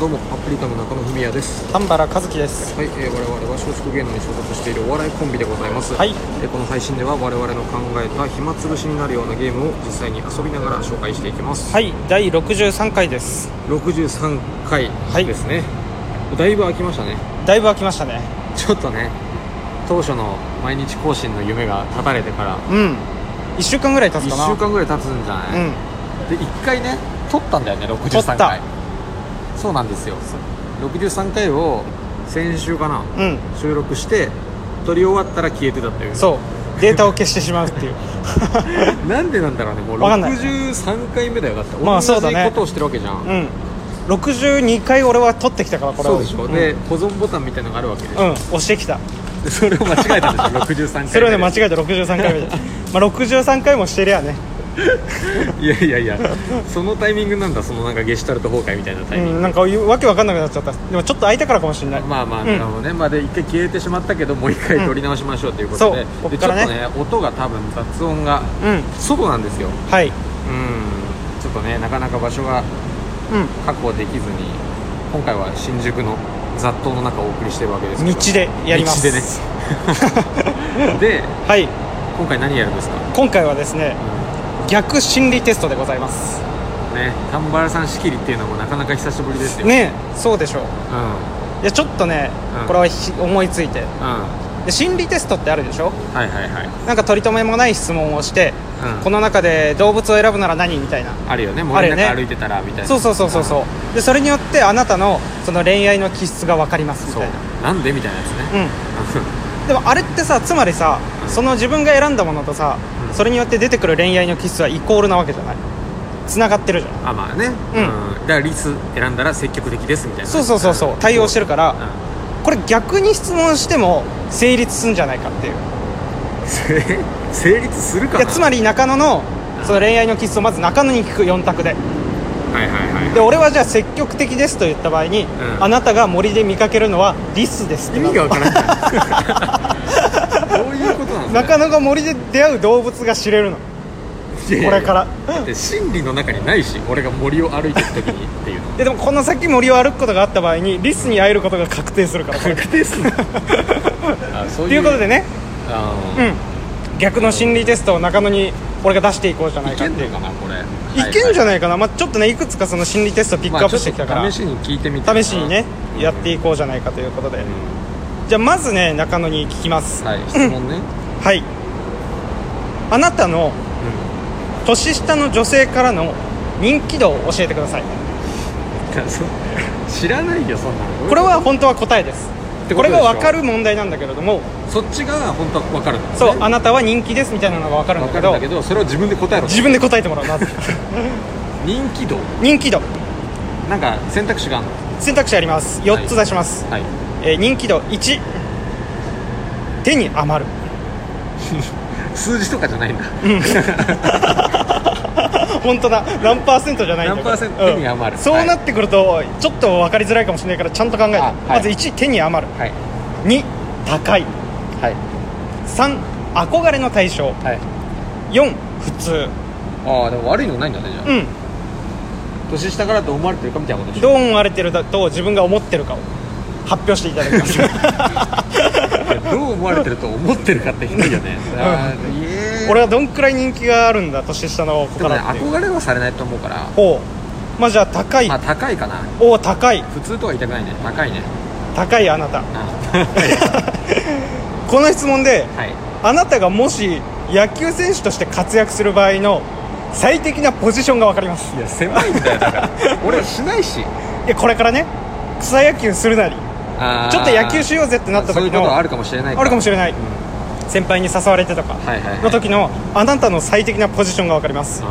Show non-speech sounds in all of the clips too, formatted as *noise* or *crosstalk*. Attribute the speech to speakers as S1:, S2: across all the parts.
S1: どうもパプリカの中野文也です
S2: 丹原和樹です
S1: はい、えー、我々は松竹芸能に所属しているお笑いコンビでございます、
S2: はい
S1: えーこの配信では我々の考えた暇つぶしになるようなゲームを実際に遊びながら紹介していきます、
S2: はい第63回です
S1: 63回
S2: い
S1: ですね、だいぶ空きましたね
S2: だいぶ空きましたね
S1: ちょっとね当初の毎日更新の夢が断たれてから
S2: うん1週間ぐらい経つ
S1: 1
S2: かな
S1: 週間ぐらい経つんじゃない、
S2: うん
S1: で1回ね撮ったんだよね
S2: 撮っ
S1: 63
S2: た
S1: 回そうなんですよ63回を先週かな
S2: うん
S1: 収録して撮り終わったら消えてたっていう
S2: そうデータを消してしまうっ
S1: *laughs*
S2: ていう
S1: なんでなんだろうねもう
S2: わかんない
S1: 63回目だよだって
S2: まあそう
S1: 同
S2: だ
S1: じ
S2: ね
S1: ことをしてるわけじゃん、
S2: うん62回俺は取ってきたからこれを
S1: そうでしょ、
S2: ん
S1: で保存ボタンみたいのがあるわけでしょ、
S2: うん押してきた
S1: でそれを間違えたでしょ63回目
S2: それをね間
S1: で
S2: 違えた63回目で *laughs* まあ63回もしてりゃね
S1: いやいやいやそのタイミングなんだそのなんかゲシュタルト崩壊みたいなタイ
S2: う
S1: ミング、
S2: んなんかわけわかんなくなっちゃったでもちょっと空いたからかもしれない
S1: まあまあ、
S2: うん
S1: なるほどね、まあ、で一回消えてしまったけどもう一回撮り直しましょうということで,、
S2: うんそうこ
S1: で
S2: っ
S1: ちょ
S2: か
S1: っと
S2: らね
S1: ね音が多分雑音が
S2: うん
S1: 外なんですよう
S2: はいう
S1: ん
S2: ん
S1: ちょっとねなかなか場所が確保できずに今回は新宿の雑踏の中をお送りしてるわけですけど
S2: 道でやります
S1: 道でね
S2: *laughs*
S1: で
S2: はい
S1: 今回何やるんですか、
S2: 今回はですね逆心理テストでございます
S1: ね丹原さん仕切りっていうのもなかなか久しぶりですよ
S2: ねえそうでしょう
S1: うんうん
S2: いやちょっとね、
S1: うん
S2: これはひ思いついて
S1: は
S2: で心理テストってあるでしょ
S1: いはいはい
S2: なんか取り留めもない質問をして、
S1: うん
S2: この中で動物を選ぶなら何みたいな
S1: あるよね森の中
S2: あるよね
S1: 歩いてたらみたいな、
S2: そうそうそうそうそうでそれによってあなたのその恋愛の気質が分かりますみ
S1: そう
S2: たいな
S1: なんでみたいなやつね、 *laughs*
S2: うんでもあれってさつまりさその自分が選んだものとさ、
S1: うん
S2: それによって出てくる恋愛の気質はイコールなわけじゃないつながってるじゃん
S1: あまあね、
S2: うん
S1: だからリス選んだら積極的ですみたいな
S2: そうそうそうそう対応して
S1: る
S2: るからこれ逆に質問しても成立すんじゃないかっていう
S1: *laughs* 成立するかな
S2: いやつまり中野のその恋愛のキスをまず中野に聞く4択で
S1: はいはいはい
S2: で俺はじゃあ積極的ですと言った場合に、
S1: ん
S2: あなたが森で見かけるのはリスですって
S1: 意
S2: な
S1: 味がわからないどういうことなんですか
S2: 中野が森で出会う動物が知れるのこれからら
S1: だって心理の中にないし俺が森を歩いてる時にっていうの
S2: ででもこの先森を歩くことがあった場合にリスに会えることが確定するからこれ
S1: 確定するあそう
S2: と
S1: いう
S2: いうことでね
S1: あ
S2: う
S1: ー
S2: ん逆の心理テストを中野に俺が出していこうじゃない
S1: い
S2: か
S1: け
S2: っ
S1: ん
S2: てい
S1: の
S2: う
S1: かなこれ
S2: いけんじゃ
S1: ない
S2: ないかな、まあ、ちょっとねいくつかその心理テストピックアップしてきたから、
S1: 試しに聞いてみて
S2: 試しにねやっていこうじゃないかということで、
S1: うん
S2: じゃあまずね中野に聞きます
S1: はい質問ね
S2: はいあなたの年下の女性からの人気度を教えてください
S1: うんそう知らないよそんなの
S2: これは本当は答えです
S1: て
S2: こ
S1: ことでし
S2: れ
S1: ょ
S2: が分かる問題なんだけれども
S1: そっちが本当は分かるんだよね
S2: そう、あなたは人気ですみたいなのが分かるんだ
S1: 分か
S2: け
S1: るん
S2: ど
S1: だけどそれを自分で答えろ
S2: 自分で答えてもらう
S1: *laughs*
S2: まず
S1: 人気度
S2: 人気度
S1: なんか選択肢があるの
S2: 選択肢あります4つ出します、
S1: はい
S2: えー人気度1手に余る
S1: 数字とかじゃないんだ
S2: 本当だ何パーセントじゃないんだ
S1: 何パーセント
S2: これ
S1: 手に余る
S2: うんそうな
S1: はい
S2: ってくるとちょっと分かりづらいかもしれないからちゃんと考えて、
S1: あはい
S2: まず1手に余る
S1: はい
S2: 2高い
S1: はい
S2: 3憧れの対象
S1: はい
S2: 4普通
S1: ああでも悪いのないんだねじゃあ、
S2: う
S1: 年下からと思われてるかみたいなことで
S2: ん
S1: し
S2: ど
S1: ょ
S2: う思われてるだと自分が思ってるかを発表していただきま
S1: *laughs*
S2: す
S1: いやどう思われてると思ってるかってひどいよねあーいえー
S2: 俺はどんくらい人気があるんだ年下の子
S1: でも
S2: か
S1: ね
S2: らっていう
S1: 憧れはされないと思うから
S2: ほうまあじゃあ高い、
S1: まあ高いかな
S2: おお高い
S1: 普通とは言いたくないね高いね
S2: 高いあな
S1: *laughs*
S2: た
S1: は
S2: *laughs* この質問で
S1: い
S2: あなたがもし野球選手として活躍する場合の最適なポジションが分かります
S1: いや狭いんだよだから *laughs* 俺はしないし
S2: いやこれからね草野球するなり
S1: あー
S2: ちょっと野球しようぜってなった
S1: そうい
S2: 時
S1: うこと
S2: の
S1: は
S2: あ
S1: あ
S2: る
S1: るかもしれない
S2: かも
S1: し
S2: しれない先輩に誘われてとか
S1: はいはいはい
S2: の時のあなたの最適なポジションが分かります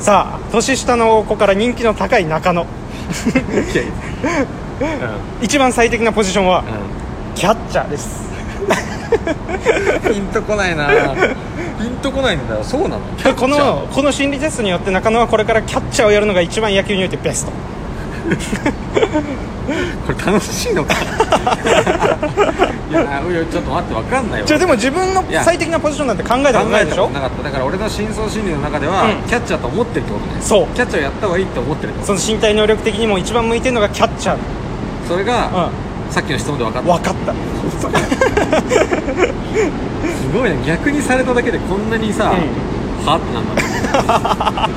S2: さあ年下の子から人気の高い中野
S1: *laughs* うん、いや
S2: 一番最適なポジションは
S1: う
S2: キャッチャーです
S1: ん、ピンとこないなピンとこないんだよそうなの
S2: このこの心理テストによって中野はこれからキャッチャーをやるのが一番野球においてベスト
S1: これ楽しいのか *laughs* いやうよちょっと待ってわかんないわ
S2: じゃあでも自分の
S1: いや
S2: 最適なポジションなんて考えたこと
S1: 考
S2: な
S1: え
S2: いで
S1: た
S2: し
S1: こ
S2: ょ
S1: となかっただから俺の深層心理の中では、
S2: うん
S1: キャッチャーと思ってるってことね
S2: そう
S1: キャッチャーやった方がいいって思ってるってこ
S2: その身体能力的にも一番向いてるのがキャッチャー
S1: とそれが、さっきの質問で分かっ
S2: うん
S1: た
S2: 分かった
S1: すごいね逆にされただけでこんなにさ、
S2: うん
S1: はってなん
S2: *laughs*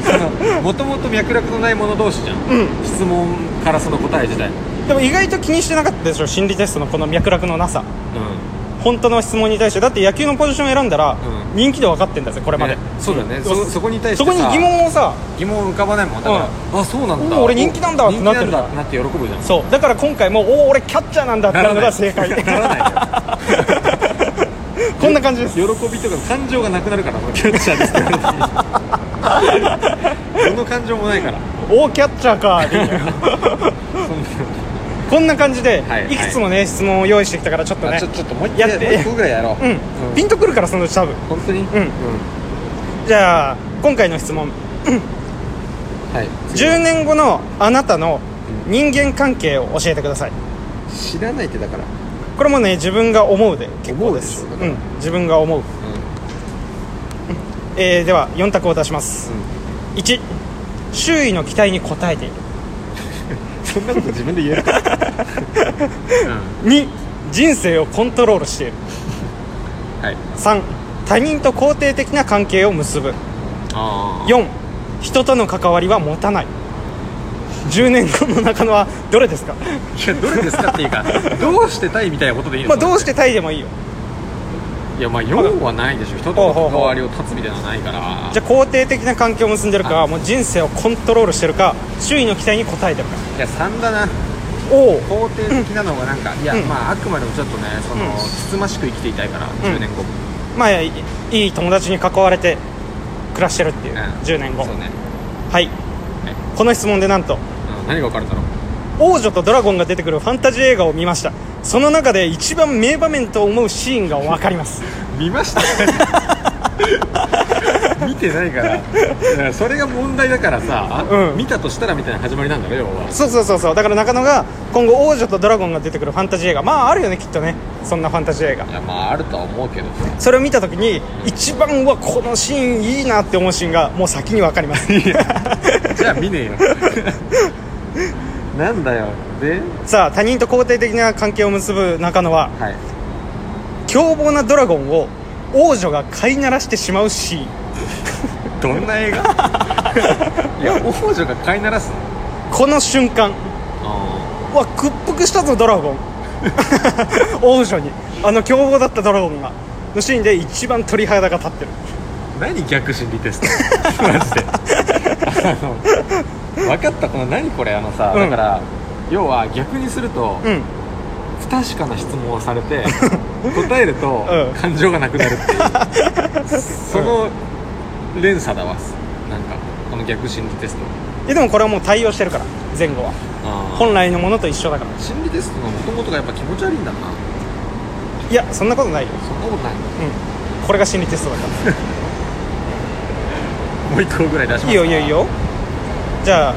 S1: だろうもともと脈絡のない者同士じゃん、
S2: う
S1: 質問からその答え自体うん
S2: でも意外と気にしてなかったでしょ心理テストのこの脈絡のなさ本当の質問に対してだって野球のポジション選んだら、
S1: う
S2: 人気で分かってんだぜこれまで、
S1: ねそうだよね、
S2: ん
S1: そそこに対して
S2: そ
S1: さ
S2: こに疑問をさ
S1: 疑問浮かばないもんだから、あそうなんだ
S2: お俺人気なんだってなってる
S1: 人気なんだってなって喜ぶじゃん
S2: そうだから今回もおお俺キャッチャーなんだってなるのが正解
S1: ならない
S2: こんな感じです
S1: 喜びとか感情がなくなるからこのキャッチャーです *laughs* どの感情もないから
S2: おおキャッチャーかでいいのよ
S1: *laughs*
S2: こんな感じで、
S1: はいい
S2: くつもね質問を用意してきたからちょっと
S1: あ
S2: ね
S1: ちょちょっともう一
S2: や
S1: 回
S2: って
S1: もう一個ぐらいやろう、
S2: うん、
S1: うん
S2: ピンとくるからそのうち多分
S1: 本当にうん
S2: じゃあ今回の質問
S1: はい
S2: 10年後のあなたの人間関係を教えてください
S1: 知らないってだから、
S2: これもね自分が思うで結構です
S1: 思うでしょだか
S2: う
S1: ら
S2: ん自分が思う、えーでは4択を出します、1周囲の期待に応えている
S1: そんなこと自分で言え
S2: *laughs*
S1: るか、
S2: 2人生をコントロールしている
S1: はい
S2: 3他人と肯定的な関係を結ぶ
S1: あ
S2: 4人との関わりは持たない10年後の中野はどれですか
S1: いやどれですかっていう
S2: *laughs*
S1: かどうしてたいみたいなことでいいの
S2: まあどうしてタイでもいいよ
S1: いやまあ4はないでしょ人との関わりを断つみたいなのはないから
S2: じゃあ肯定的な関係を結んでるか
S1: あ
S2: もう人生をコントロールしてるか周囲の期待に応えてるか
S1: いや3だな
S2: おお
S1: 肯定的なのがなんか、いや、
S2: うん
S1: まああくまでもちょっとねその、
S2: うん
S1: つつましく生きていたいから10年後も、
S2: まあいいい友達に囲われて暮らしてるっていう、
S1: うん
S2: 10年後
S1: そうね、
S2: はいこの質問でなんと
S1: うん、何が分かるんだろう
S2: 王女とドラゴンが出てくるファンタジー映画を見ましたその中で一番名場面と思うシーンが分かります
S1: 見ま *laughs* した見てないからだからそれが問題だからさ、
S2: うん
S1: 見たとしたらみたいな始まりなんだろ要は
S2: そうそうそうそうだから中野が今後王女とドラゴンが出てくるファンタジー映画まああるよねきっとねそんなファンタジー映画
S1: いやまああるとは思うけど
S2: それを見た時に一番はこのシーンいいなって思うシーンがもう先に分かります *laughs*
S1: じゃあ見 *laughs* ねえよなんだよで
S2: さあ他人と肯定的な関係を結ぶ中野は
S1: はい
S2: 凶暴なドラゴンを王女が飼いならしてしまうシーン
S1: どんな映画いや王女が飼いならすの
S2: この瞬間
S1: あ
S2: うわ屈服したぞドラゴン *laughs* 王女にあの凶暴だったドラゴンがのシーンで一番鳥肌が立ってる
S1: ー何逆心理テスト *laughs* マジであの分かったこの何これあのさ、
S2: うん
S1: だから要は逆にすると、
S2: うん
S1: 不確かな質問をされ
S2: *laughs*
S1: て答えると、
S2: うん
S1: 感情がなくなるっていうその連鎖だわなんかこの逆心理テスト
S2: えでもこれはもう対応してるから前後は本来のものと一緒だから
S1: 心理テストの元々がやっぱ気持ち悪いんだない
S2: やそんなことないよ、
S1: そんなことない
S2: うん、これが心理テストだから
S1: もう一個ぐらい出しますか
S2: いいよいいよいいよじゃあ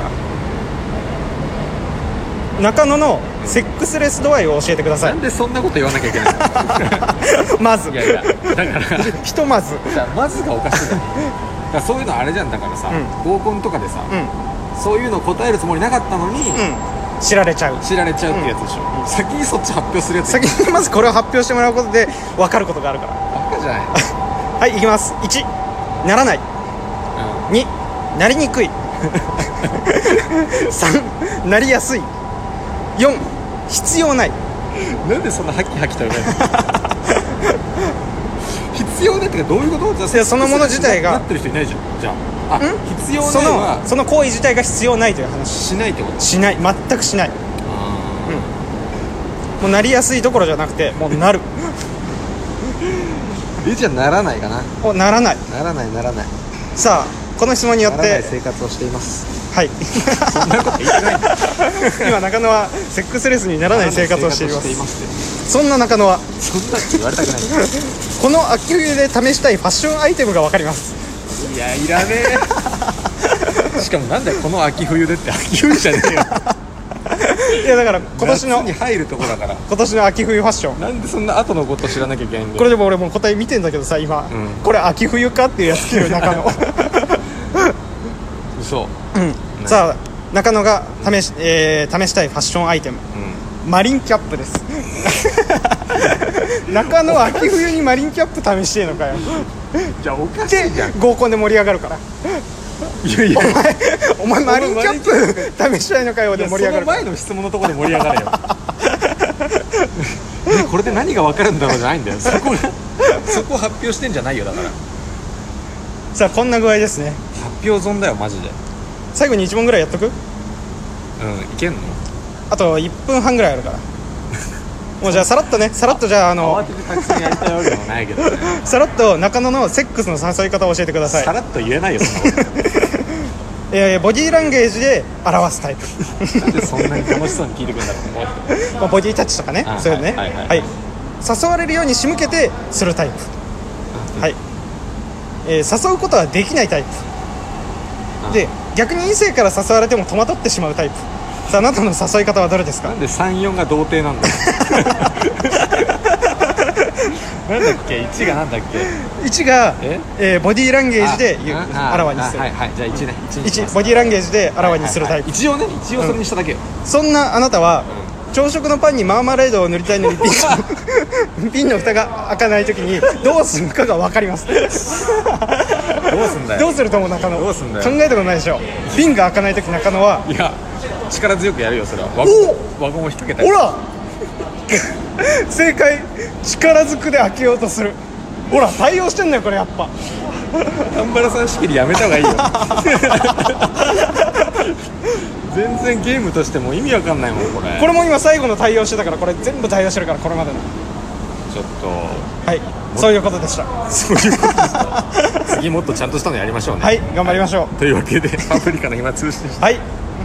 S2: 中野のセックスレス度合いを教えてくださ
S1: ないんでそんなこと言わなきゃいけないの
S2: まず
S1: いやいやだから
S2: *laughs* ひとまずうん
S1: じゃあまずがおかしい
S2: *laughs*
S1: だろだからそういうのあれじゃんだからさ、
S2: うん
S1: 合コンとかでさ、
S2: うん
S1: そういうの答えるつもりなかったのに、
S2: 知られちゃう
S1: 知られちゃうってやつでしょ、先にそっち発表するやつ
S2: 先にまずこれを発表してもらうことで分かることがあるから
S1: バカじゃないの、
S2: はいいきます1ならない
S1: うん
S2: 2なりにくい3なりやすい4必要ない
S1: なんでそんなハキハキと言わないの
S2: *laughs*
S1: 必要ないってかどういうこと
S2: いやそのもの自体が
S1: なってる人いないじゃんじゃああ
S2: ん
S1: 必要ない
S2: そ
S1: は
S2: のその行為自体が必要ないという話
S1: しないってこと
S2: しない全くしないもうなりやすいどころじゃなくてもうなる
S1: えじゃあならないかな
S2: をならない
S1: ならないならない
S2: さあこの質問によっ
S1: ならない
S2: て
S1: 生活をしています
S2: はい
S1: そんなこと言ってないな
S2: 今中野はセックスレスにならない生活をしていま
S1: ら
S2: す
S1: ない生活をしています
S2: そんな中野は
S1: ってそんなって言われたくな
S2: この秋冬で試したいファッションアイテムが分かります
S1: いいや *laughs* いらねえしかもなんだよこの秋冬でって秋冬じゃねえよ
S2: いやだから今年の
S1: 夏に入るとこだから
S2: 今年の秋冬ファッション
S1: なんでそんな後のこと知らなきゃいけないんだよ
S2: これでも俺もう答え見てんだけどさ今、
S1: うん
S2: これ秋冬かっていうやつ来る中 *laughs* 野
S1: 嘘
S2: うんさあ中野が試し,、えー試したいファッションアイテム
S1: う
S2: マリンキャップです *laughs* 中野は秋冬にマリンキャップ試してえのかよ
S1: んじゃあおかし
S2: で
S1: いじゃん
S2: 合コンで盛り上がるから
S1: いやいや
S2: お前マリンキャッ
S1: マリ
S2: プ試 *laughs* したいのかよで盛り上
S1: そ
S2: がる
S1: の前の質問のところで盛り上がれ *laughs* よねこれで何が分かるんだろうじゃないんだよそこがそこ発表してんじゃないよだから
S2: さあこんな具合ですね
S1: 発表損だよマジで
S2: 最後に1問ぐらいやっとく
S1: うんいけんの
S2: あと1分半ぐらいあるからもうじゃあさらっとねさらっとじゃあ
S1: 慌
S2: あの
S1: ててたくさんやりたいわけでもないけど、ね、
S2: さらっと中野のセックスの誘い方を教えてください
S1: さらっと言えないよそんなこ
S2: えーボディーランゲージで表す
S1: *laughs*
S2: タイプ、
S1: となんでそんなに楽しそうに聞いてくるんだろうね
S2: まあ、ボディータッチとかね
S1: あ
S2: そういうのね
S1: はいはい
S2: はい誘われるように仕向けてするタイプはい、えー誘うことはできないタイプ
S1: あ
S2: で逆に異性から誘われても戸惑ってしまうタイプさああなたの誘い方はどれです
S1: な
S2: か
S1: んで34が童貞なんだよ *laughs* なんだっけ1がなんだっけ
S2: 1が
S1: え、
S2: えーボディーランゲージで言う
S1: あ
S2: あらわにする
S1: あはいはいじゃあ1ね1にしま
S2: 1
S1: す
S2: ボディーランゲージであらわにするタイプ
S1: 一応ね一応それにしただけよ、
S2: そんなあなたは朝食のパンにマーマレードを塗りたいのに瓶
S1: *laughs*
S2: の瓶の蓋が開かない時にどうするかが分かります
S1: どうすんだ
S2: どうすると思う中野
S1: どうすんだよ
S2: 考えたことないでしょ瓶が開かない時中野はい
S1: や力強くやるよそれはワ
S2: お
S1: ゴンワゴンを引っ掛け
S2: 「
S1: た
S2: ほ
S1: り
S2: ら! 」正解力ずくで開けようとするほら対応してんのよこれやっぱ
S1: 南原さん仕切りやめた方 *laughs* がいいよ全然ゲームとしても意味わかんないもんこれ
S2: これも今最後の対応してたからこれ全部対応してるからこれまでの
S1: ちょっと
S2: はいそういうことでしたは
S1: そういうことですか次もっとちゃんとしたのやりましょうね、
S2: い頑張りましょ
S1: というわけでパプリカの暇つぶしでした
S2: うはい